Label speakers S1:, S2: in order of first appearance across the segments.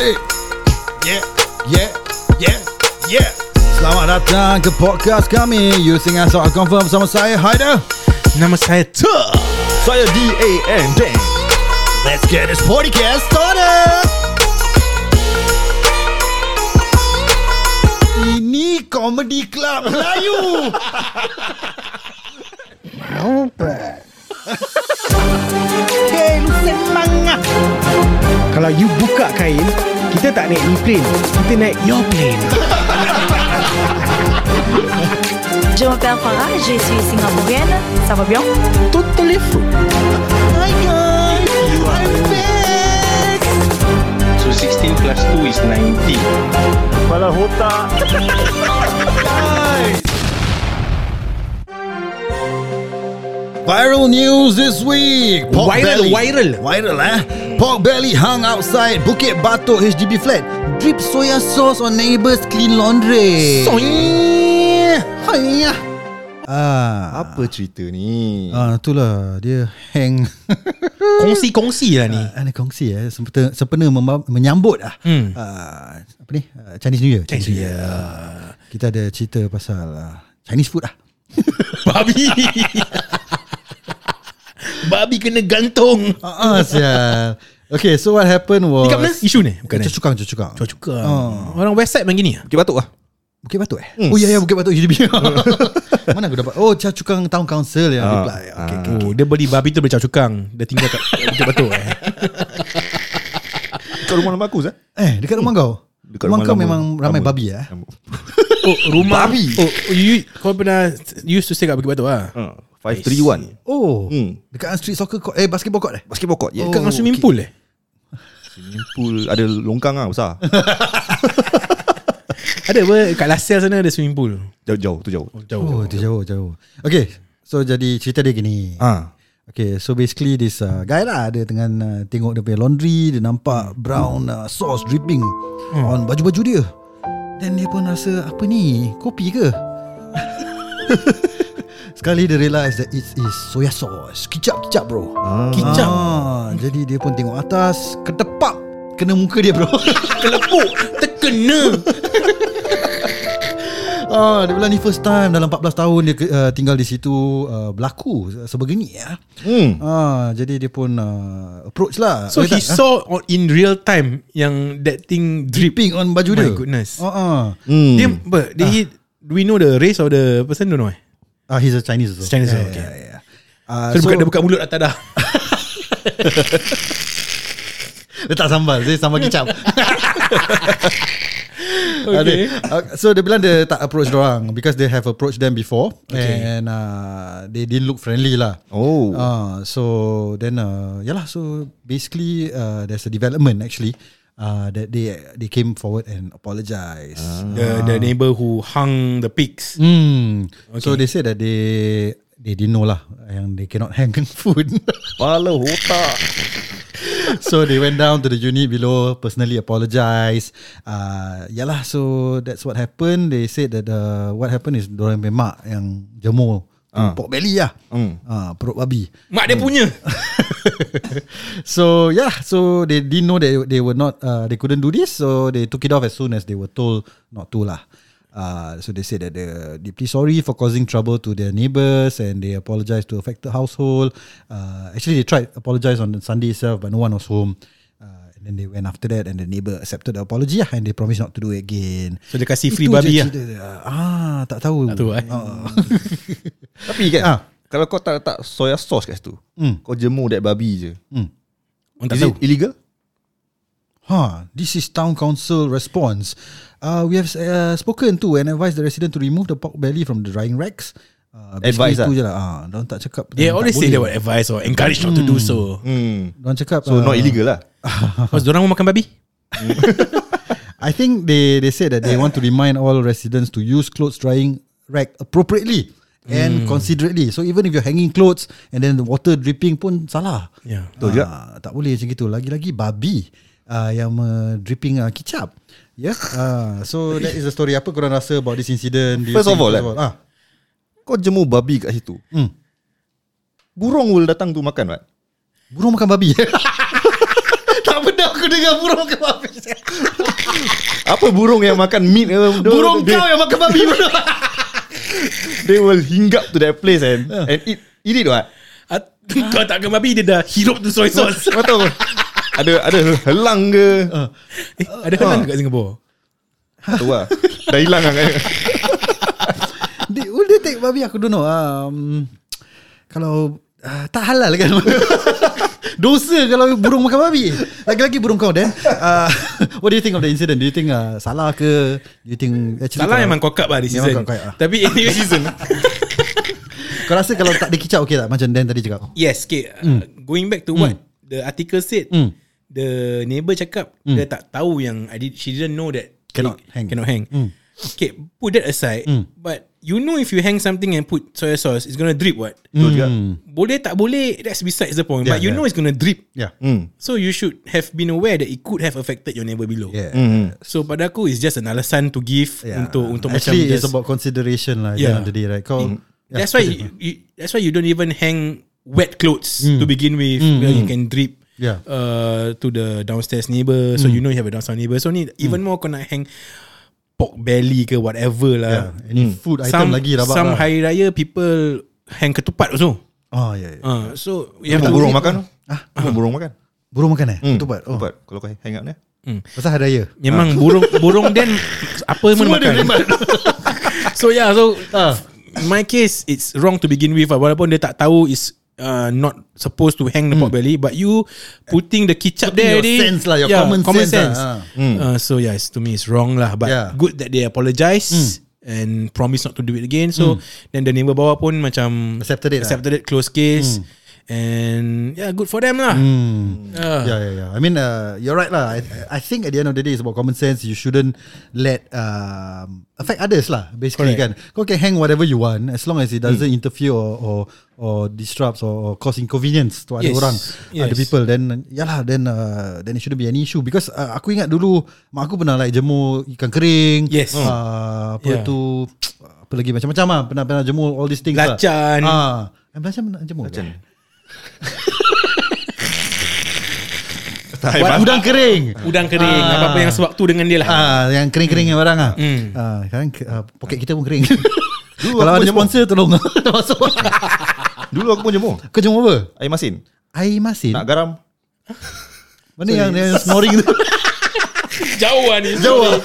S1: Eh. Yeah, yeah, yeah, yeah. Selamat datang ke podcast kami Using As Our Confirm Bersama saya Haider
S2: Nama saya Tu
S1: Saya D.A.N. Dan Let's get this podcast started Ini Comedy Club Melayu
S2: Kain semanga Kalau you buka kain Kita tak naik ni plane Kita naik your plane
S3: Je m'appelle Farah, je suis singapourienne. Ça va bien?
S2: Totally fruit
S4: So 16 plus 2 is 90.
S1: Viral news this week Pork
S2: Viral,
S1: belly.
S2: viral.
S1: Viral eh Pork belly hung outside Bukit Batok HDB flat Drip soya sauce on neighbours clean laundry
S2: Soing
S1: Soya Ah,
S5: Apa cerita ni?
S1: ah itulah dia hang
S2: Kongsi-kongsi lah ni
S1: Anda kongsi eh sempena, sempena memba- menyambut ah
S2: Hmm.
S1: ah, apa ni Ah, Chinese New Year
S2: Chinese New Year.
S1: Ah, kita ada cerita pasal ah, Chinese food ah
S2: Babi Babi kena gantung
S1: Ah, ah sial. Okay, so what happened
S2: Ni
S1: was
S2: kat mana? Isu ni? Bukan eh?
S1: Cucukang, cucukang.
S2: Cuba cuka oh. Orang west side macam gini
S5: Bukit Batuk lah.
S1: Bukit Batuk eh?
S5: Hmm.
S1: Mm. Oh ya ya Bukit Batuk HDB. Mana aku dapat? Oh, Cucukang Town Council yang
S5: Ah,
S1: reply. Okay, okay.
S2: Oh, dia beli babi tu bercak cukang Dia tinggal kat Bukit Batuk eh.
S5: Kat rumah lama aku, Zah?
S1: Eh, dekat rumah kau. Dekat rumah, kau
S5: Hmm. lama.
S1: memang ramai
S5: Lama.
S1: babi eh.
S5: Lama.
S2: Oh rumah
S5: Babi.
S2: Oh you, Kau pernah You used to stay kat Bukit Batuk lah
S5: Ah, 531.
S1: Oh,
S5: Hmm.
S1: dekat street soccer court, eh basketball court eh.
S5: Basketball court, ya.
S2: Dekat
S5: Yeah.
S2: dengan swimming
S1: okay.
S2: pool eh
S5: Swimming pool ada longkang lah besar.
S2: Ada apa Kat Lasalle sana ada swimming pool
S5: Jauh-jauh, tu jauh.
S2: Oh jauh
S1: Oh, tu jauh jauh. Okay, so jadi cerita dia gini.
S5: Ah.
S1: Okay, so basically this uh, guy lah dia tengah uh, tengok dia punya laundry, dia nampak brown uh, sauce dripping
S5: Hmm.
S1: on baju-baju dia. Then dia pun rasa apa ni? Kopi ke? Sekali dia realise that it is soya sauce. Kicap-kicap bro.
S2: Kicap
S1: Ah, jadi dia pun tengok atas, ketepap kena muka dia bro.
S2: Kelepuk Terkena
S1: ah, dia bilang ni first time dalam 14 tahun dia ke- uh, tinggal di situ uh, berlaku sebegini ya.
S5: Hmm.
S1: Ah, jadi dia pun uh, approach lah.
S2: So
S1: Dia
S2: he
S1: tak-
S2: saw on- in real time Yang that thing drip
S1: dripping on baju
S2: My
S1: dia.
S2: goodness.
S1: Uh-uh.
S5: Hmm.
S2: Dia but did he, Do we know the race of the person Don't know eh
S1: Ah, he's a Chinese also.
S2: Chinese,
S1: yeah,
S2: okay.
S1: Yeah, yeah. Uh,
S2: Ah, So, dia buka, dia buka mulut atas dah
S1: letak sambal Dia sambal kicap
S2: Okay.
S1: uh, So dia bilang dia tak approach orang Because they have approached them before okay. And uh, They didn't look friendly lah
S5: Oh.
S1: uh, So Then uh, Yalah so Basically uh, There's a development actually uh, That they They came forward and apologise
S2: the, the neighbor who hung the pigs
S1: Hmm. So they said that they They didn't know lah Yang they cannot hang food
S5: Kepala otak.
S1: so they went down to the unit below, personally apologise. Uh, yalah, so that's what happened. They said that uh, what happened is dorang punya mak yang jemur uh. pork belly lah.
S5: Hmm.
S1: Uh, perut babi.
S2: Mak dia punya
S1: so yeah, so they didn't know that they were not, uh, they couldn't do this. So they took it off as soon as they were told not to lah. Uh, so they said that they're deeply sorry for causing trouble to their neighbors and they apologise to affected household. Uh, actually, they tried apologise on Sunday itself, but no one was home. Uh, and then they went after that, and the neighbor accepted the apology lah, and they promised not to do it again.
S2: So dia kasih free
S1: Itu
S2: babi
S1: je
S2: lah
S1: cerita dia. Ah, tak tahu.
S2: Tak tahu, eh.
S1: Ah.
S5: Tapi kan,
S1: Ah.
S5: kalau kau tak letak soya sauce kat situ,
S1: Hmm.
S5: kau jemur that babi je.
S2: Orang tak
S5: Is
S2: tahu
S5: it illegal?
S1: Huh, Ha, this is town council response. Uh, we have uh, spoken to and advised the resident to remove the pork belly from the drying racks. Uh, basically
S5: Advice
S1: itu
S5: lah.
S1: je lah. Ah, uh, tak cakap.
S2: They
S1: dorang
S2: always
S1: tak
S2: say they
S1: boleh.
S2: would advise Or encourage not to do so
S5: Hmm.
S1: Dorang cakap.
S5: So
S1: uh,
S5: not illegal lah.
S2: Because dorang mau makan babi
S1: I think they they said that they want to remind all residents to use clothes drying rack appropriately and considerately. So even if you're hanging clothes and then the water dripping pun salah.
S2: Yeah.
S1: Betul ya. juga. tak boleh macam gitu. Lagi-lagi babi uh, yang uh, dripping uh, kicap. Ya. Yeah? Uh, so that is the story. Apa korang rasa about this incident? Do you
S5: First of
S1: think-
S5: all, eh?
S1: Ah,
S5: Kau jemur babi kat situ.
S1: Hmm.
S5: Burung will datang tu makan, right?
S1: burung makan babi. tak benar Aku dengar burung makan babi
S5: Apa burung yang makan meat uh,
S1: Burung
S5: they,
S1: kau yang makan babi bro.
S5: they will hing up to that place and
S1: Ah.
S5: and eat eat it what
S2: Ah,
S6: At- Kau tak akan babi Dia dah hirup tu soy sauce
S5: Kau tahu Ada ada helang ke
S1: Ah.
S6: eh, Ada halang kat Singapura
S5: Tak tahu lah Dah hilang lah kan
S1: They, will they take babi? Aku don't know. Um, kalau uh, tak halal kan. Dosa kalau burung makan babi. Lagi-lagi burung kau then. Uh, what do you think of the incident? Do you think uh, salah ke? Do you think actually
S6: Salah
S1: kalau-
S6: memang cock up lah This
S1: Memang
S6: season
S1: cock up lah.
S6: Tapi anyway season
S1: Kau rasa kalau tak dikicau okay tak? Macam Dan tadi cakap.
S6: Yes okay.
S1: Hmm.
S6: Uh, Going back to what The article said
S1: Mm.
S6: The neighbour cakap Dia tak tahu yang I did, She didn't know that
S1: Hmm. Cannot
S6: it-
S1: hang. Hmm.
S6: Cannot hang Okay put that aside But you know if you hang something And put soy sauce It's gonna drip what
S5: Betul juga
S6: Boleh tak boleh That's besides the point But
S1: Hmm.
S6: you
S1: yeah.
S6: know it's gonna drip
S1: Yeah.
S5: Hmm
S6: So you should have been aware That it could have affected Your neighbour below
S1: Yeah.
S5: Hmm
S6: So pada aku It's just an alasan to give
S1: yeah.
S6: Untuk untuk
S1: Actually,
S6: macam
S1: it's
S6: just-
S1: about consideration lah.
S6: Yeah.
S1: Yeah. At the end
S6: Hmm.
S1: of the day, right? Kau, yeah,
S6: That's why
S1: continue.
S6: you, you, that's why you don't even hang wet clothes
S1: Hmm.
S6: to begin with where you can drip
S1: Yeah.
S6: uh, to the downstairs
S1: Hmm.
S6: neighbor so you know you have a downstairs neighbor so ni even more kena hang pork belly ke whatever lah
S1: Yeah. Any food item
S6: some
S1: lagi rabak
S6: some
S1: lah.
S6: hari raya people hang ketupat also
S1: oh, yeah, yeah.
S6: uh, so you have
S5: Itu
S6: to
S5: burung makan Ah, burung makan
S1: Burung makan eh?
S5: Hmm.
S1: Ketupat. Oh.
S5: Ketupat Kalau kau hang up ni
S1: Pasal hari raya.
S6: memang burung burung then apa pun
S1: Ah. Semua dia Ha.
S6: makan so yeah so in my case it's wrong to begin with lah. walaupun dia tak tahu is uh, not supposed to hang the pork belly but you putting the ketchup
S1: Hmm. Putting
S6: there
S1: your
S6: already,
S1: sense lah, your common sense lah,
S6: Uh, so yeah it's, to me it's wrong lah but
S1: Yeah. Hmm.
S6: good that they apologise and promise not to do it again so then the neighbour bawah pun macam
S1: Accepted it lah. Hmm.
S6: accepted it close case and yeah good for them lah Uh,
S1: yeah, yeah, yeah. I mean, uh, you're right lah. I, I think at the end of the day, it's about common sense. You shouldn't let um, affect others lah. Basically, kan. Kau can hang whatever you want as long as it doesn't interfere or or, or disrupts or, or cause inconvenience to other
S6: Yes.
S1: orang, other
S6: Yes.
S1: people. Then, yeah lah. Then, uh, then it shouldn't be any issue because uh, aku ingat dulu mak aku pernah like jemur ikan kering.
S6: Yes. Hmm.
S1: Uh, apa
S6: Yeah.
S1: tu? Apa lagi macam-macam lah. Pernah pernah jemur all these things. lah.
S6: Lacan.
S1: Ah, uh, belacan pernah jemur. Lacan. Udang kering.
S6: udang kering apa-apa yang sewaktu dengan dia lah
S1: Ah, yang kering-kering yang barang ah.
S6: Hmm.
S1: Ah, sekarang uh, poket kita pun kering. Kalau ada sponsor tolong masuk.
S5: Dulu aku pun jemur
S1: Kau jumpa apa?
S5: Air masin
S1: Air masin.
S5: Nak garam
S1: Mana yang, yang snoring tu?
S6: jauh lah ni jauh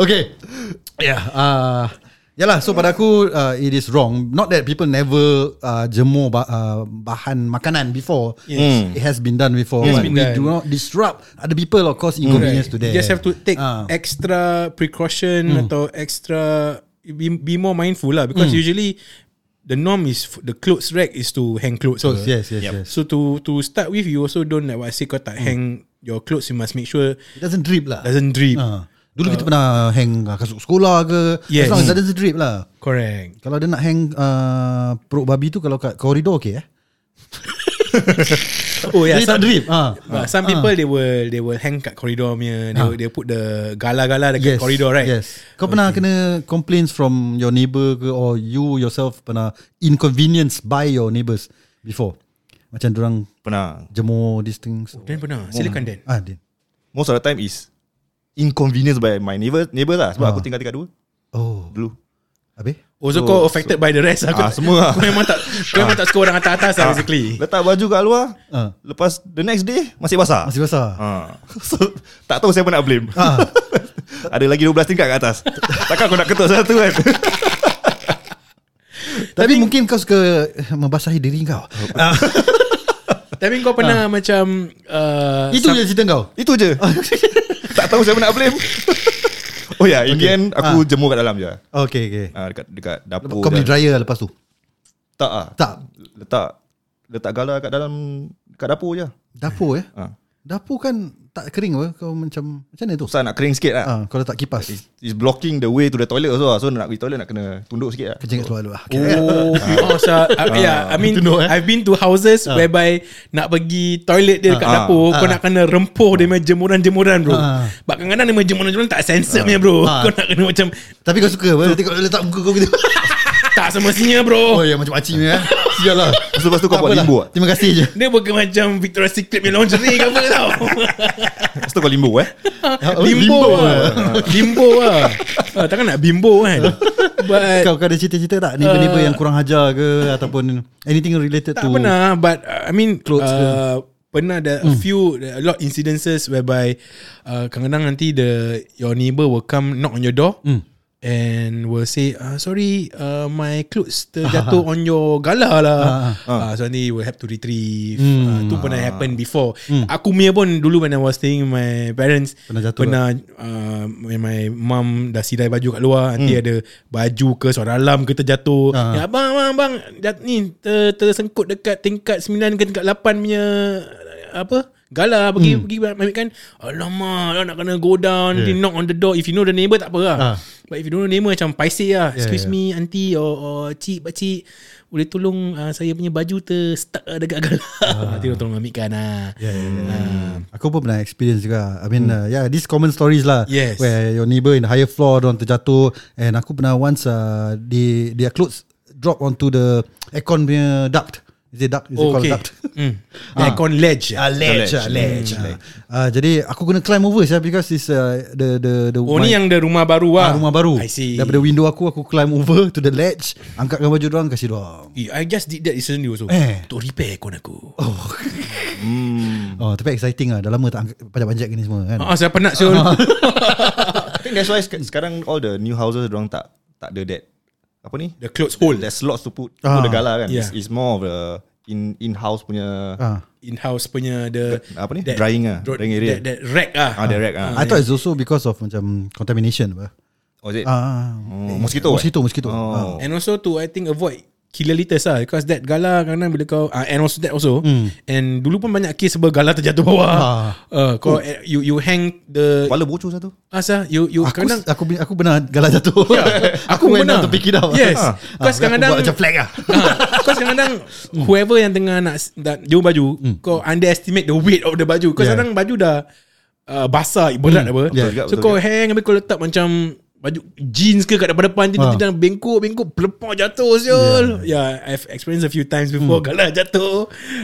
S1: Okay. Yeah. Uh, Yalah so pada aku uh, It is wrong Not that people never uh, Jemur bah, uh, Bahan makanan before yes. It has been done before
S6: It
S1: But
S6: has
S1: We
S6: Hmm. been done. Hmm.
S1: do not disrupt Other people Or cause inconvenience to them
S6: You just have to take
S1: Ah. Hmm.
S6: extra precaution atau extra be, be more mindful lah because usually the norm is f- the clothes rack is to hang clothes.
S1: So
S6: apa.
S1: yes yes yes Hmm.
S6: So to to start with, you also don't like what I say kau tak hang your clothes. You must make sure
S1: It doesn't drip lah
S6: doesn't drip.
S1: Ah. Dulu kita pernah hang uh, kasut sekolah ke
S6: Yes. Hmm.
S1: As long as it doesn't drip lah
S6: Correct.
S1: Kalau dia nak hang uh, Perut babi tu Kalau kat koridor okay eh
S6: Oh yeah,
S1: Dia tak
S6: some,
S1: drip ah.
S6: but some people they will they will hang kat koridor punya. They, will, they will put the gala-gala dekat koridor right.
S1: Yes. Kau pernah kena complaints from your neighbour ke or you yourself pernah inconvenience by your neighbours before? Macam orang
S5: Pernah
S1: jemur these things.
S6: Dan pernah. Silakan Dan.
S1: Ah, Din.
S5: Most of the time is Inconvenience by my neighbour neighbour lah Sebab aku tinggal tingkat dua
S1: Oh,
S5: Dulu
S1: habis?
S6: Oh, so, kau affected by the rest aku
S5: Ah,
S6: tak-
S5: semua lah. Ah.
S6: Kau memang tak Kau memang tak suka orang atas-atas lah basically
S5: Letak baju kat luar
S1: Ah.
S5: Lepas the next day Masih basah
S1: Masih basah.
S5: Ah. So, tak tahu siapa nak blame. Ada lagi 12 tingkat kat atas. Takkan aku nak ketuk satu kan.
S1: Tapi, mungkin kau suka membasahi diri kau. Ah,
S6: Tapi kau pernah macam uh,
S1: itu je cerita kau.
S5: Itu je. tak tahu siapa nak blame. Oh ya, yeah, in the end aku jemur kat dalam je.
S1: Okay, okay.
S5: Ah, dekat dekat dapur.
S1: Kau beli
S5: je.
S1: dryer lah lepas tu.
S5: Tak ah.
S1: Tak,
S5: Letak letak gala kat dalam kat dapur je.
S1: dapur ya.
S5: Ah.
S1: Dapur kan tak kering apa? Kau macam macam mana tu?
S5: Susah nak kering sikit lah.
S1: Ah, kau letak kipas.
S5: It's, it's blocking the way to the toilet also lah. So nak pergi toilet nak kena tunduk sikit lah.
S1: Kencing kat seluar dulu. ah. Okay.
S6: Oh, oh so, uh, yeah, I mean,
S1: know, eh.
S6: I've been to houses whereby nak pergi toilet dia dekat
S5: Ah.
S6: dapur, kau nak kena rempuh dia punya jemuran-jemuran bro.
S1: Ah.
S6: But kadang-kadang dia punya jemuran-jemuran tak sensor punya bro.
S1: Ah.
S6: Kau nak kena macam
S1: Tapi kau suka apa? Nanti kau letak muka kau gitu.
S6: Tak semestinya bro
S1: Oh ya macam makcik ni eh Sial lah
S5: Lepas tu- lepas tu kau
S1: Tak
S5: buat
S1: apalah.
S5: limbo ah?
S1: Terima kasih je
S6: Dia bukan macam Victoria's Secret punya lingerie ke apa tau
S5: Lepas tu kau limbo eh
S6: Limbo lah Limbo lah Ah, Takkan nak bimbo kan But
S1: Kau, kau ada cerita-cerita tak Neighbor-neighbor yang kurang hajar ke Ataupun Anything related
S6: Tak
S1: to
S6: pernah But uh, I mean
S1: Clothes Hmm. ke?
S6: uh, Pernah ada a few A lot incidences Whereby uh, Kadang-kadang nanti the Your neighbor will come Knock on your door
S1: Hmm.
S6: And will say uh, Sorry uh, My clothes terjatuh on your gala lah
S1: Ah,
S6: uh, So nanti you will have to retrieve
S1: Hmm.
S6: uh, Tu pernah happen before Aku punya pun dulu When I was staying with my parents
S1: Pernah jatuh
S6: Pernah uh, When my mum Dah sidai baju kat luar Nanti ada Baju ke Suara alam ke terjatuh
S1: Hmm. Ah.
S6: Ya, Abang, abang, abang dat, Ni ter, tersengkut dekat tingkat 9 ke tingkat 8 punya Apa Gala pergi hmm. pergi ambil kan Alamak lah nak kena go down yeah. Knock on the door If you know the neighbor tak apa lah
S1: Ah.
S6: But if you don't know the neighbor Macam paiseh lah yeah, Excuse
S1: yeah.
S6: me auntie Or, or cik pakcik Boleh tolong uh, Saya punya baju ter Stuck uh, dekat gala Nanti dia tolong ambilkan lah
S1: Ah. Yeah, yeah, yeah. Aku pun pernah experience juga I mean uh, Yeah these common stories lah
S6: Yes.
S1: Where your neighbour in the higher floor Diorang terjatuh And aku pernah once uh, they, Their clothes Drop onto the Aircon punya duct Is it duct? Is it
S6: Oh,
S1: called
S6: okay.
S1: duct?
S6: Mm. The aircon ledge.
S1: Ah, ledge,
S5: The
S1: ah, ledge. ah. Ah, jadi aku kena climb over saya because it's uh, the the the
S6: Oh ni
S1: my-
S6: yang the rumah baru
S1: ah,
S6: lah.
S1: rumah baru.
S6: I see.
S1: Daripada window aku aku climb over to the ledge, angkatkan baju dorang kasi dorang.
S6: Eh, I just did that recently also.
S1: Eh.
S6: Untuk repair aircon aku. Oh.
S1: Oh, tapi exciting ah. Dah lama tak angkat panjat-panjat gini semua kan.
S6: Ah, saya penat Syul.
S5: I think that's why sek- sekarang all the new houses orang tak tak ada that apa ni?
S6: The clothes hole.
S5: There's lots to put
S1: Ah,
S5: ah, the gala kan.
S6: yeah.
S5: Yeah. It's, it's more of the in in house punya
S1: Ah.
S6: In-house punya the...
S5: apa ni? Drying ah,
S6: dro-
S5: drying area.
S6: That, that rack ah.
S5: ah direct ah.
S1: I thought it's also because of macam contamination apa.
S5: Oh, is it?
S1: Ah.
S5: Oh, mosquito. eh?
S1: Mosquito, mosquito. Ah.
S5: Oh.
S6: And also to I think avoid kiloliters lah because that gala kadang bila kau uh, and also that also mm. and dulu pun banyak kes sebab gala terjatuh bawah.
S1: Hmm. Ah.
S6: Uh, kau eh, you you hang the
S5: Kepala bocor satu.
S6: asa you you
S1: Aku,
S6: kadang
S1: aku aku benar galah jatuh.
S6: aku
S1: went
S6: benar.
S1: down to pick it up.
S6: Yes.
S1: Ah.
S6: Because
S1: Ah, aku
S6: kadang-kadang-
S1: buat macam flag Hmm. ah.
S6: Kau kadang-kadang Whoever yang tengah nak nak jauh baju Kau underestimate the weight of the baju Kau
S1: Hmm. Yeah. Hmm.
S6: kadang baju dah uh, Basah Berat apa
S1: Yeah.
S5: juga,
S6: So
S5: betul
S6: kau hang Habis kau letak macam Baju jeans ke kat depan-depan Jadi
S1: Ah.
S6: dia dah bengkok-bengkok Pelepak jatuh siul Yeah I've experienced a few times before
S1: Hmm.
S6: Kalau jatuh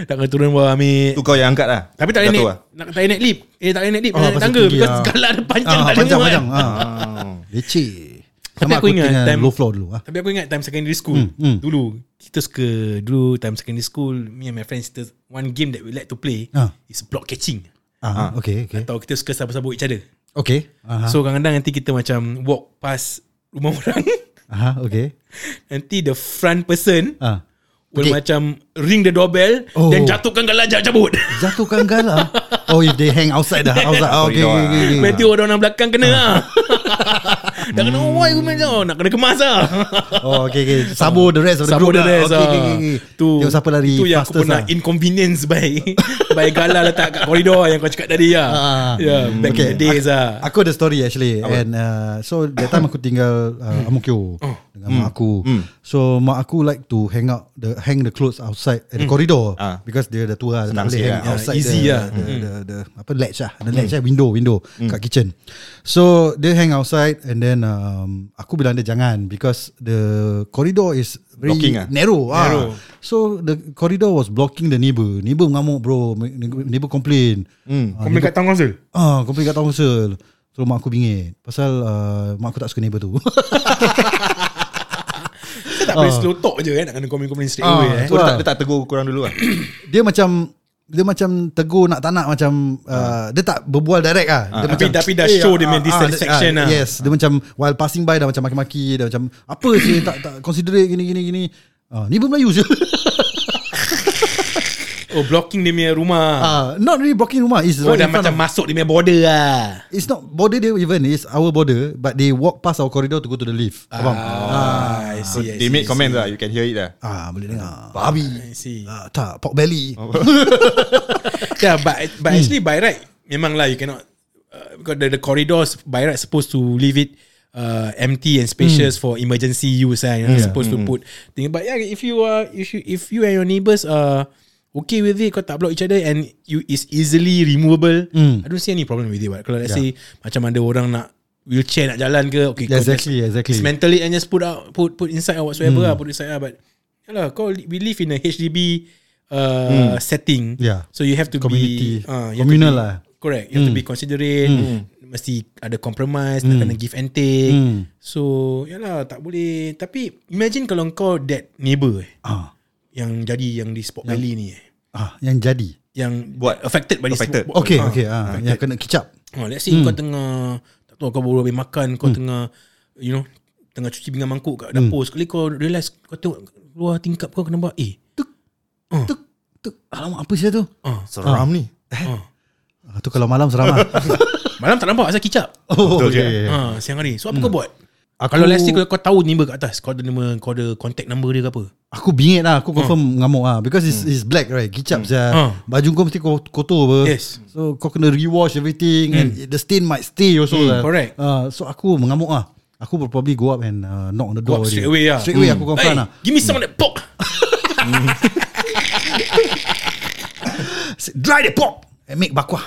S6: Tak kena turun bawah ambil
S5: Tu kau yang angkat lah.
S6: Tapi tak boleh
S5: Jatuh
S6: naik
S5: lah.
S6: nak, Tak boleh naik lift Eh tak boleh naik lift
S1: Ah,
S6: Tak boleh naik
S1: pasal
S6: tangga
S1: tinggi,
S6: Because
S1: ah.
S6: galak dia panjang
S1: Ah,
S6: tak boleh muat.
S1: panjang-panjang. Ah. Leceh. Sama aku,
S6: ingat
S1: ingat
S6: time-
S1: low floor dulu ah.
S6: Tapi aku ingat time secondary school
S1: Hmm,
S6: Dulu Kita suka Dulu time secondary school Me and my friends kita, One game that we like to play
S1: Ah.
S6: Is block catching
S1: Ah, okay, okay.
S6: Atau kita suka sabuk-sabuk each other
S1: Okay. Ah, Aha.
S6: So kadang-kadang nanti kita macam Walk past rumah orang
S1: Aha, ah, okay.
S6: Nanti the front person
S1: Ah. Okay.
S6: Will macam Ring the doorbell
S1: Oh. Eh.
S6: Then jatuhkan galajak cabut
S1: Jatuhkan galah. Oh, if they hang outside the house. ah. Oh, okay, okay,
S5: Corridor
S1: okay, okay.
S6: Nanti orang orang belakang kena lah Tak kena oi aku macam Nak kena kemas lah
S1: Oh, okay, okay. Sabo the rest of the
S6: Sabo
S1: group
S6: the
S1: lah.
S6: rest
S1: okay,
S6: ah.
S1: okay, okay.
S6: Tu
S1: Tengok siapa lari
S6: Tu yang aku
S1: fastest
S6: pernah
S1: lah.
S6: inconvenience by By Gala letak kat koridor Yang kau cakap tadi lah
S1: Ah.
S6: yeah, Back in the days
S1: aku,
S6: lah
S1: Aku ada story actually And uh, So that time aku tinggal uh, Amokyo
S5: Oh.
S1: Dengan mak
S5: Hmm.
S1: aku So mak aku like to hang out the, Hang the clothes outside At the corridor
S5: Ah.
S1: Because dia dah tua dia
S5: Senang
S1: tak boleh
S5: sikit
S1: hang
S5: lah.
S1: outside
S6: Easy
S1: the,
S6: lah.
S1: the, the, the, the, Apa ledge lah
S5: Hmm.
S1: The ledge lah Window window Kat kitchen So dia hang outside And then um, Aku bilang dia jangan Because the corridor is Very
S5: Blocking ah.
S1: narrow, narrow. Ah. So the corridor was blocking the neighbor Neighbor mengamuk bro Neighbor complain
S5: Hmm.
S1: mm.
S6: Kau main kat tangan tu
S1: Ah, kau pergi kat town council. So mak aku bingit Pasal uh, Mak aku tak suka neighbour tu
S6: Kau tak boleh slow talk je kan Nak kena komen-komen straight
S1: Ah,
S6: away eh.
S5: So, dia, tak,
S1: Wah.
S5: dia tak tegur korang dulu lah.
S1: Dia macam Dia macam Tegur nak tak nak Macam uh, Dia tak berbual direct lah dia
S6: Ah. Tapi-
S1: macam,
S6: tapi dah show dia
S1: ah,
S6: punya
S1: ah,
S6: dissatisfaction
S1: ah,
S6: lah.
S1: Yes Dia macam While passing by Dah macam maki-maki Dah macam Apa sih tak, tak considerate Gini gini gini Ah, Neighbour Melayu je
S6: Oh blocking dia punya rumah
S1: Ah, Not really blocking rumah It's
S6: Oh
S1: right
S6: dah
S1: in front
S6: macam
S1: of-
S6: masuk dia punya border lah
S1: It's not border dia even It's our border But they walk past our corridor To go to the lift Abang ah.
S6: I
S5: So,
S6: see, I
S5: they
S6: see,
S5: make
S6: I
S5: comments lah. You can hear it lah.
S1: ah, Boleh dengar Babi
S6: I see. Oh.
S1: ah, Tak Pork belly
S6: Yeah, but but actually by right, memang lah you cannot uh, because the, the corridors by right supposed to leave it uh, empty and spacious for emergency use. Uh, you're not supposed to put thing. But yeah, if you are if you if you and your neighbors are okay with it, kau tak block each other and you is easily removable. I don't see any problem with it. But kalau let's say macam ada orang nak wheelchair nak jalan ke okay
S1: Yeah,
S6: kau just-
S1: exactly, exactly.
S6: just mental it and just put out put put inside or whatsoever
S1: Hmm.
S6: lah, put inside lah but yalah kau li- we live in a HDB uh, setting
S1: Hmm. Yeah.
S6: so you have to
S1: Community.
S6: be ah, you have to
S1: Communal
S6: be-
S1: lah. Hmm.
S6: correct you have to be considerate mesti ada compromise nak kena give and take
S1: Hmm.
S6: so yalah tak boleh tapi imagine kalau kau that neighbor eh,
S1: Ah,
S6: yang jadi yang di Sport Valley ni eh,
S1: ah, yang jadi.
S6: yang
S5: Buat-
S6: affected by this
S5: affected.
S6: sport-
S1: Okay,
S6: ah,
S1: okay. Ah, yang kena kicap.
S6: Oh, let's say hmm. kau tengah tak tahu kau baru habis makan, kau hmm. tengah you know, tengah cuci pinggan mangkuk kat dapur. Hmm. Sekali kau realise kau tengok luar tingkap kau kena buat eh.
S1: Tuk, tuk. Alamak, apa sih tu?
S6: ah,
S5: Seram ni.
S1: Ah, tu kalau malam seram lah.
S6: Malam tak nampak asal kicap.
S1: Oh,
S5: Betul je.
S1: okay.
S6: Ha, siang hari. So apa hmm. kau buat? Aku, kalau let's say kalau kau tahu number kat atas, kau ada nama, kau ada contact number dia ke apa?
S1: Aku bingit lah Aku confirm ngamuk lah Because it's, it's black right Kicap je
S6: Hmm. Ah.
S1: Baju kau mesti ko- kotor apa
S6: Yes. Hmm.
S1: So kau kena rewash everything And the stain might stay also lah
S6: correct.
S1: Ah, So aku mengamuk lah Aku will probably go up and uh, knock on the
S6: Go
S1: door
S6: up
S1: already.
S6: straight away lah.
S1: Straight away
S6: Hmm.
S1: aku confront
S6: Hey,
S1: lah
S6: Give me some of that pork.
S1: Dry the pork And Eh, make bakwa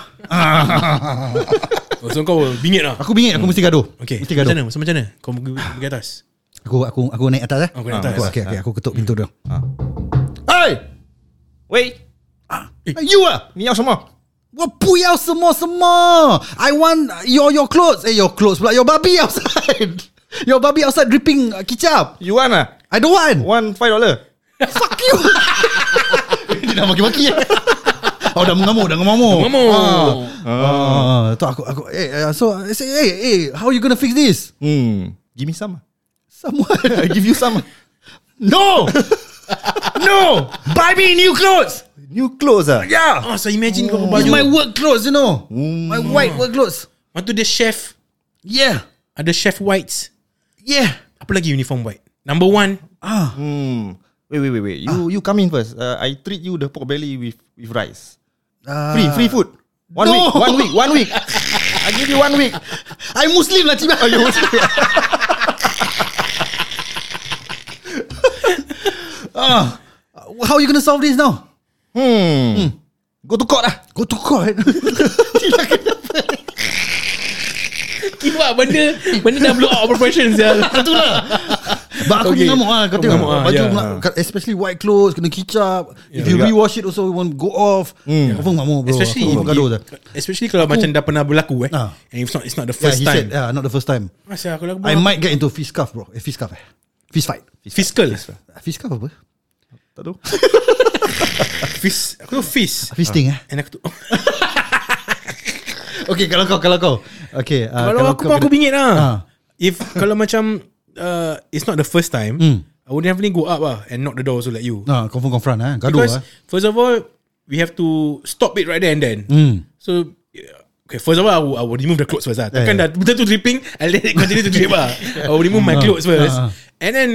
S6: Oh, so kau bingit lah.
S1: Aku bingit Aku mesti gaduh
S6: Okay,
S1: Mesti gaduh
S6: macam mana? So, macam mana? Kau pergi, pergi atas.
S1: Aku aku aku naik atas eh
S6: Oh, kau naik atas. Hmm.
S1: Aku, okay, okay, aku ketuk pintu dia
S5: Ah.
S1: Hey
S5: Wait,
S6: Eh.
S1: You ah
S5: ni yang semua.
S1: 我不要什么什么 I want your your clothes Eh your clothes pula Your babi outside Your babi outside dripping uh, kicap
S5: You want ah?
S1: I don't want
S5: One five dollar.
S1: Fuck you Dia dah maki-maki eh. Oh dah mengamuk Dah mengamuk
S6: Mama. Oh.
S1: Ah, tu aku aku eh eh, so I say hey hey how you gonna fix this?
S5: Hmm. Give me some. ah.
S1: Someone
S5: I give you some. ah.
S1: no no buy me new clothes.
S5: New clothes ah.
S1: Yeah,
S6: Oh, so imagine kau
S1: it's my
S6: baju.
S1: work clothes you Mm. know my white work clothes.
S6: Lepas tu dia chef.
S1: Yeah
S6: Ada chef whites.
S1: yeah
S6: Apa lagi uniform white? Number one.
S1: ah
S5: Hmm. Wait, wait, wait, wait. You you come in first. Uh, I treat you the pork belly with with rice.
S1: Ah.
S5: Free, free food. One
S1: No.
S5: week, one week, one week. I give you one week.
S1: I Muslim lah Cik Bang. Ah, how you gonna solve this now?
S5: Hmm. Go to court lah.
S1: Go to court.
S6: Kibat benda Benda dah blow out of proportion sial.
S1: But aku
S6: Okay.
S1: okay. mengamuk lah Kau
S6: Kau
S1: tengok
S6: mengamuk lah,
S1: Baju
S6: yeah.
S1: mela- Especially white clothes Kena kicap If you
S5: Juga.
S1: rewash it also It won't go off mm. Confirm mengamuk bro
S6: Especially
S1: Aku
S6: if
S1: gaduh dah
S6: Oh, Especially kalau macam dah pernah berlaku eh.
S1: Oh. Ah.
S6: And it's not it's not the
S1: Yeah
S6: first
S1: he said uh,
S6: time.
S1: yeah, Not the first time
S6: Masa aku lagu
S1: I might get into fist cuff bro eh, Fist cuff eh Fist fight
S6: fiscal.
S1: Fist cuff apa?
S5: Tak tahu.
S6: Fis aku tu fis.
S1: Fisting eh
S6: And aku tu
S1: Okay kalau kau Kalau kau Okay uh,
S6: Kalau aku pun
S1: kena-
S6: aku bingit
S1: Ah.
S6: lah. If kalau macam uh, it's not the first time,
S1: Hmm.
S6: I would definitely go up lah and knock the door also like you.
S1: Ah, confirm confront eh. Gaduh eh.
S6: Because first of all, we have to stop it right there and then.
S1: Hmm.
S6: So yeah, Okay, first of all, I will, I will remove the clothes first lah. Takkan dah betul tu dripping, I let it continue to drip lah. I will remove my clothes first.
S1: Ah,
S6: And then,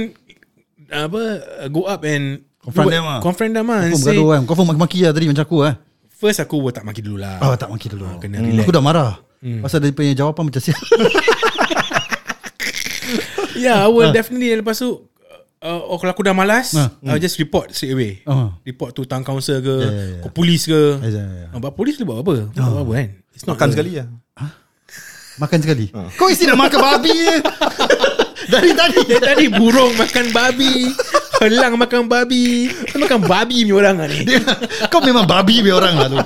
S6: apa, go up and
S1: Confront
S6: do
S1: them
S6: what-
S1: lah.
S6: Confront them lah and
S1: Confirm
S6: say,
S1: gaduh kan Kau confirm maki-maki lah tadi macam aku eh.
S6: first aku will tak maki dulu lah.
S1: Oh Hmm. tak maki dulu
S6: Ah, kena
S1: Hmm.
S6: relax.
S1: Aku dah marah Pasal dia punya jawapan macam siapa
S6: Yeah, I will definitely. Lepas tu, uh, oh, kalau aku dah malas,
S1: Ah,
S6: I'll just report straight away.
S1: Ah.
S6: Report to town council ke,
S1: Yeah, yeah, yeah.
S6: ke polis ke.
S1: Yeah, yeah, yeah. Ah.
S6: Ah, but polis dia buat apa? Dia buat apa kan? It's not
S5: Makan
S6: a-
S1: ya.
S5: sekali lah.
S1: Makan sekali Kau isi nak makan babi je Dari tadi
S6: Dia tadi burung makan babi Helang makan babi Dia makan babi ni orang lah ni
S1: Dia- Kau memang babi punya orang lah tu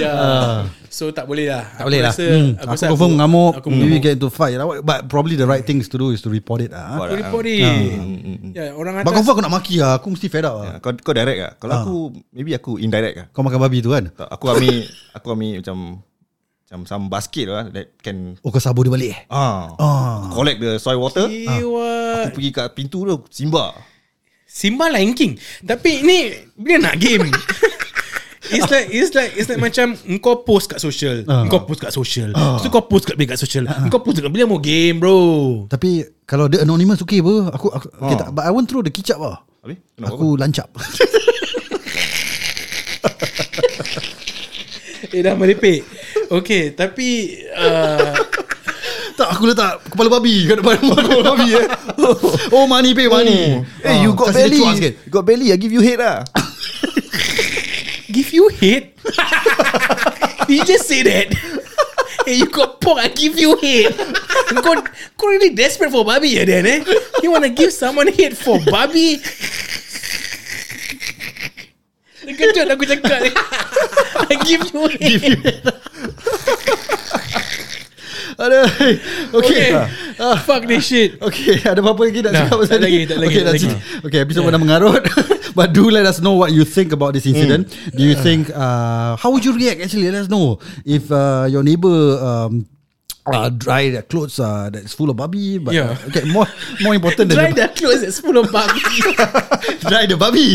S6: yeah. Ah. So tak boleh lah
S1: Ah. Tak boleh lah
S6: rasa-
S1: hmm.
S6: aku
S1: Aku,
S6: rasa
S1: confirm
S6: aku-
S1: ngamuk Hmm.
S6: aku
S1: Maybe
S6: mengamuk.
S1: get into fight lah. But probably the right things to do Is to report it lah ah. hmm,
S5: Buat
S6: Aku
S5: lah.
S6: report ni yeah, Orang
S1: But
S6: atas
S1: confirm aku nak maki lah Aku mesti fed up lah
S5: Ah, Kau, kau direct lah. Kalau aku, maybe aku indirect lah.
S1: Kau makan babi tu kan
S5: Tak, Aku ambil, aku ambil macam, macam some basket lah that can
S1: Oh kau sabu dia balik eh
S5: ah,
S1: Ah.
S5: collect the soy water.
S6: Iwa.
S5: Aku pergi kat pintu tu, simba.
S6: Simba Lion King Tapi ni Bila nak game It's like It's like It's like macam Kau post kat social
S1: Ah.
S6: Kau post kat social Lepas tu kau post kat, kat social Kau post kat Bila mau game bro
S1: Tapi Kalau dia anonymous Okay apa Aku, aku okay,
S5: Ah.
S1: tak, But I won't throw the kicap lah
S5: Habis? Kau nak buat
S1: Aku lancap
S6: Eh dah merepek Okay Tapi uh,
S1: Tak aku letak Kepala babi Kat depan Kepala babi eh Oh money pay money
S5: apa? Eh,
S1: Ah.
S5: you got belly. You got belly, I give you head lah.
S6: Give you hate? Did you just say that? Hey, you got pork, I give you head. Kau, kau really desperate for babi ya, Dan, eh? You wanna give someone head for babi? Dia Kejut aku cakap ni. I give you head. Give you.
S1: Aduh. Okay.
S6: Okay.
S1: Ah.
S6: Fuck this shit.
S1: Okay, ada apa-apa lagi nak
S6: Dah,
S1: cakap pasal
S6: tak lagi,
S1: ni?
S6: tak lagi,
S1: okay,
S6: tak
S1: that's
S6: lagi.
S1: it. Okay, episode yeah. dah mengarut. But do let us know what you think about
S6: Hmm.
S1: this incident. Mm. Do you think, uh, how would you react actually? Let us know. If uh, your neighbor um, uh, dry their clothes uh, that's full of babi. But uh,
S6: Yeah.
S1: okay, more more important than
S6: Dry
S1: the,
S6: the clothes at 10 babi.
S1: dry the babi.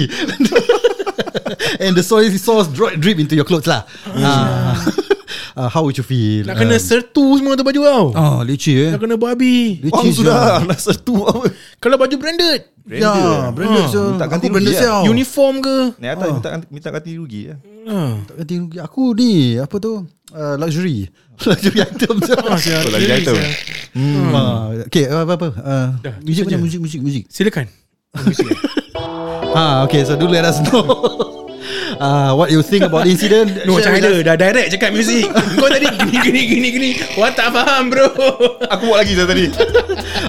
S1: And the soy sauce dro- drip into your clothes lah. Uh, uh, how would you feel?
S6: Nak
S1: Um,
S6: kena sertu semua tu baju kau.
S1: Oh, leceh eh.
S6: Nak kena babi.
S1: Leceh
S5: Wang
S1: sia.
S5: sudah Nak sertu apa
S6: Kalau baju branded. eh? Hmm,
S1: Ya, branded sia.
S5: minta ganti
S1: Aku branded
S5: rugi
S1: sia.
S6: Oh.
S5: lah.
S6: Uniform ke?
S5: Ni atas minta, minta ganti rugi ya.
S6: Ah.
S1: Tak ganti rugi. Aku ni Apa tu uh, Luxury Luxury item tu
S6: sia,
S5: Kalau dia
S6: really,
S5: item.
S6: sia.
S1: uh, Okay apa-apa uh,
S6: Hmm. Dah,
S1: Music
S6: tu je.
S1: mana Music music music
S6: Silakan.
S1: Ah, Okay so do let us know uh, What you think about the incident
S6: No macam
S1: Share with
S6: ada
S1: us.
S6: Dah direct cakap music Kau tadi gini gini gini gini Wah tak faham bro
S5: Aku buat lagi saya tadi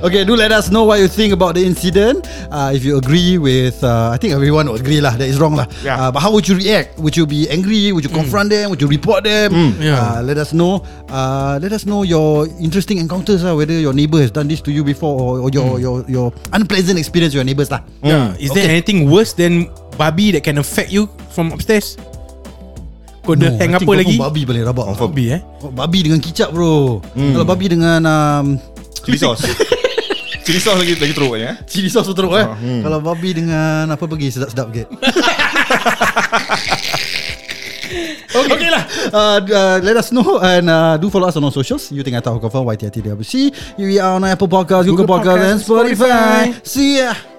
S1: Okay do let us know What you think about the incident uh, If you agree with uh, I think everyone would agree lah That is wrong lah
S5: Yeah.
S1: uh, But how would you react Would you be angry Would you confront them Would you report them
S6: Hmm. yeah.
S1: uh, Let us know uh, Let us know your Interesting encounters lah Whether your neighbour has done this to you before Or, or your,
S6: Hmm.
S1: your your Unpleasant experience With your neighbours lah
S6: yeah, Is there anything worse than Babi that can affect you From upstairs Kau dah
S1: Oh, I
S6: hang apa
S1: think
S6: lagi
S1: confirm Babi boleh rabak
S5: Confirm.
S6: Babi eh
S1: Oh, Babi dengan kicap bro
S6: Hmm.
S1: Kalau babi dengan um,
S5: Cili sauce Cili sauce lagi lagi teruk ya.
S1: Cili sauce tu teruk eh
S6: Ah, hmm.
S1: Kalau babi dengan Apa pergi sedap-sedap get Okay. okay lah uh, uh, Let us know And uh, do follow us on our socials You think I talk confirm YTITWC We are on Apple Podcast Google,
S6: Google
S1: Podcast, and
S6: Podcast,
S1: Spotify.
S6: Spotify.
S1: See ya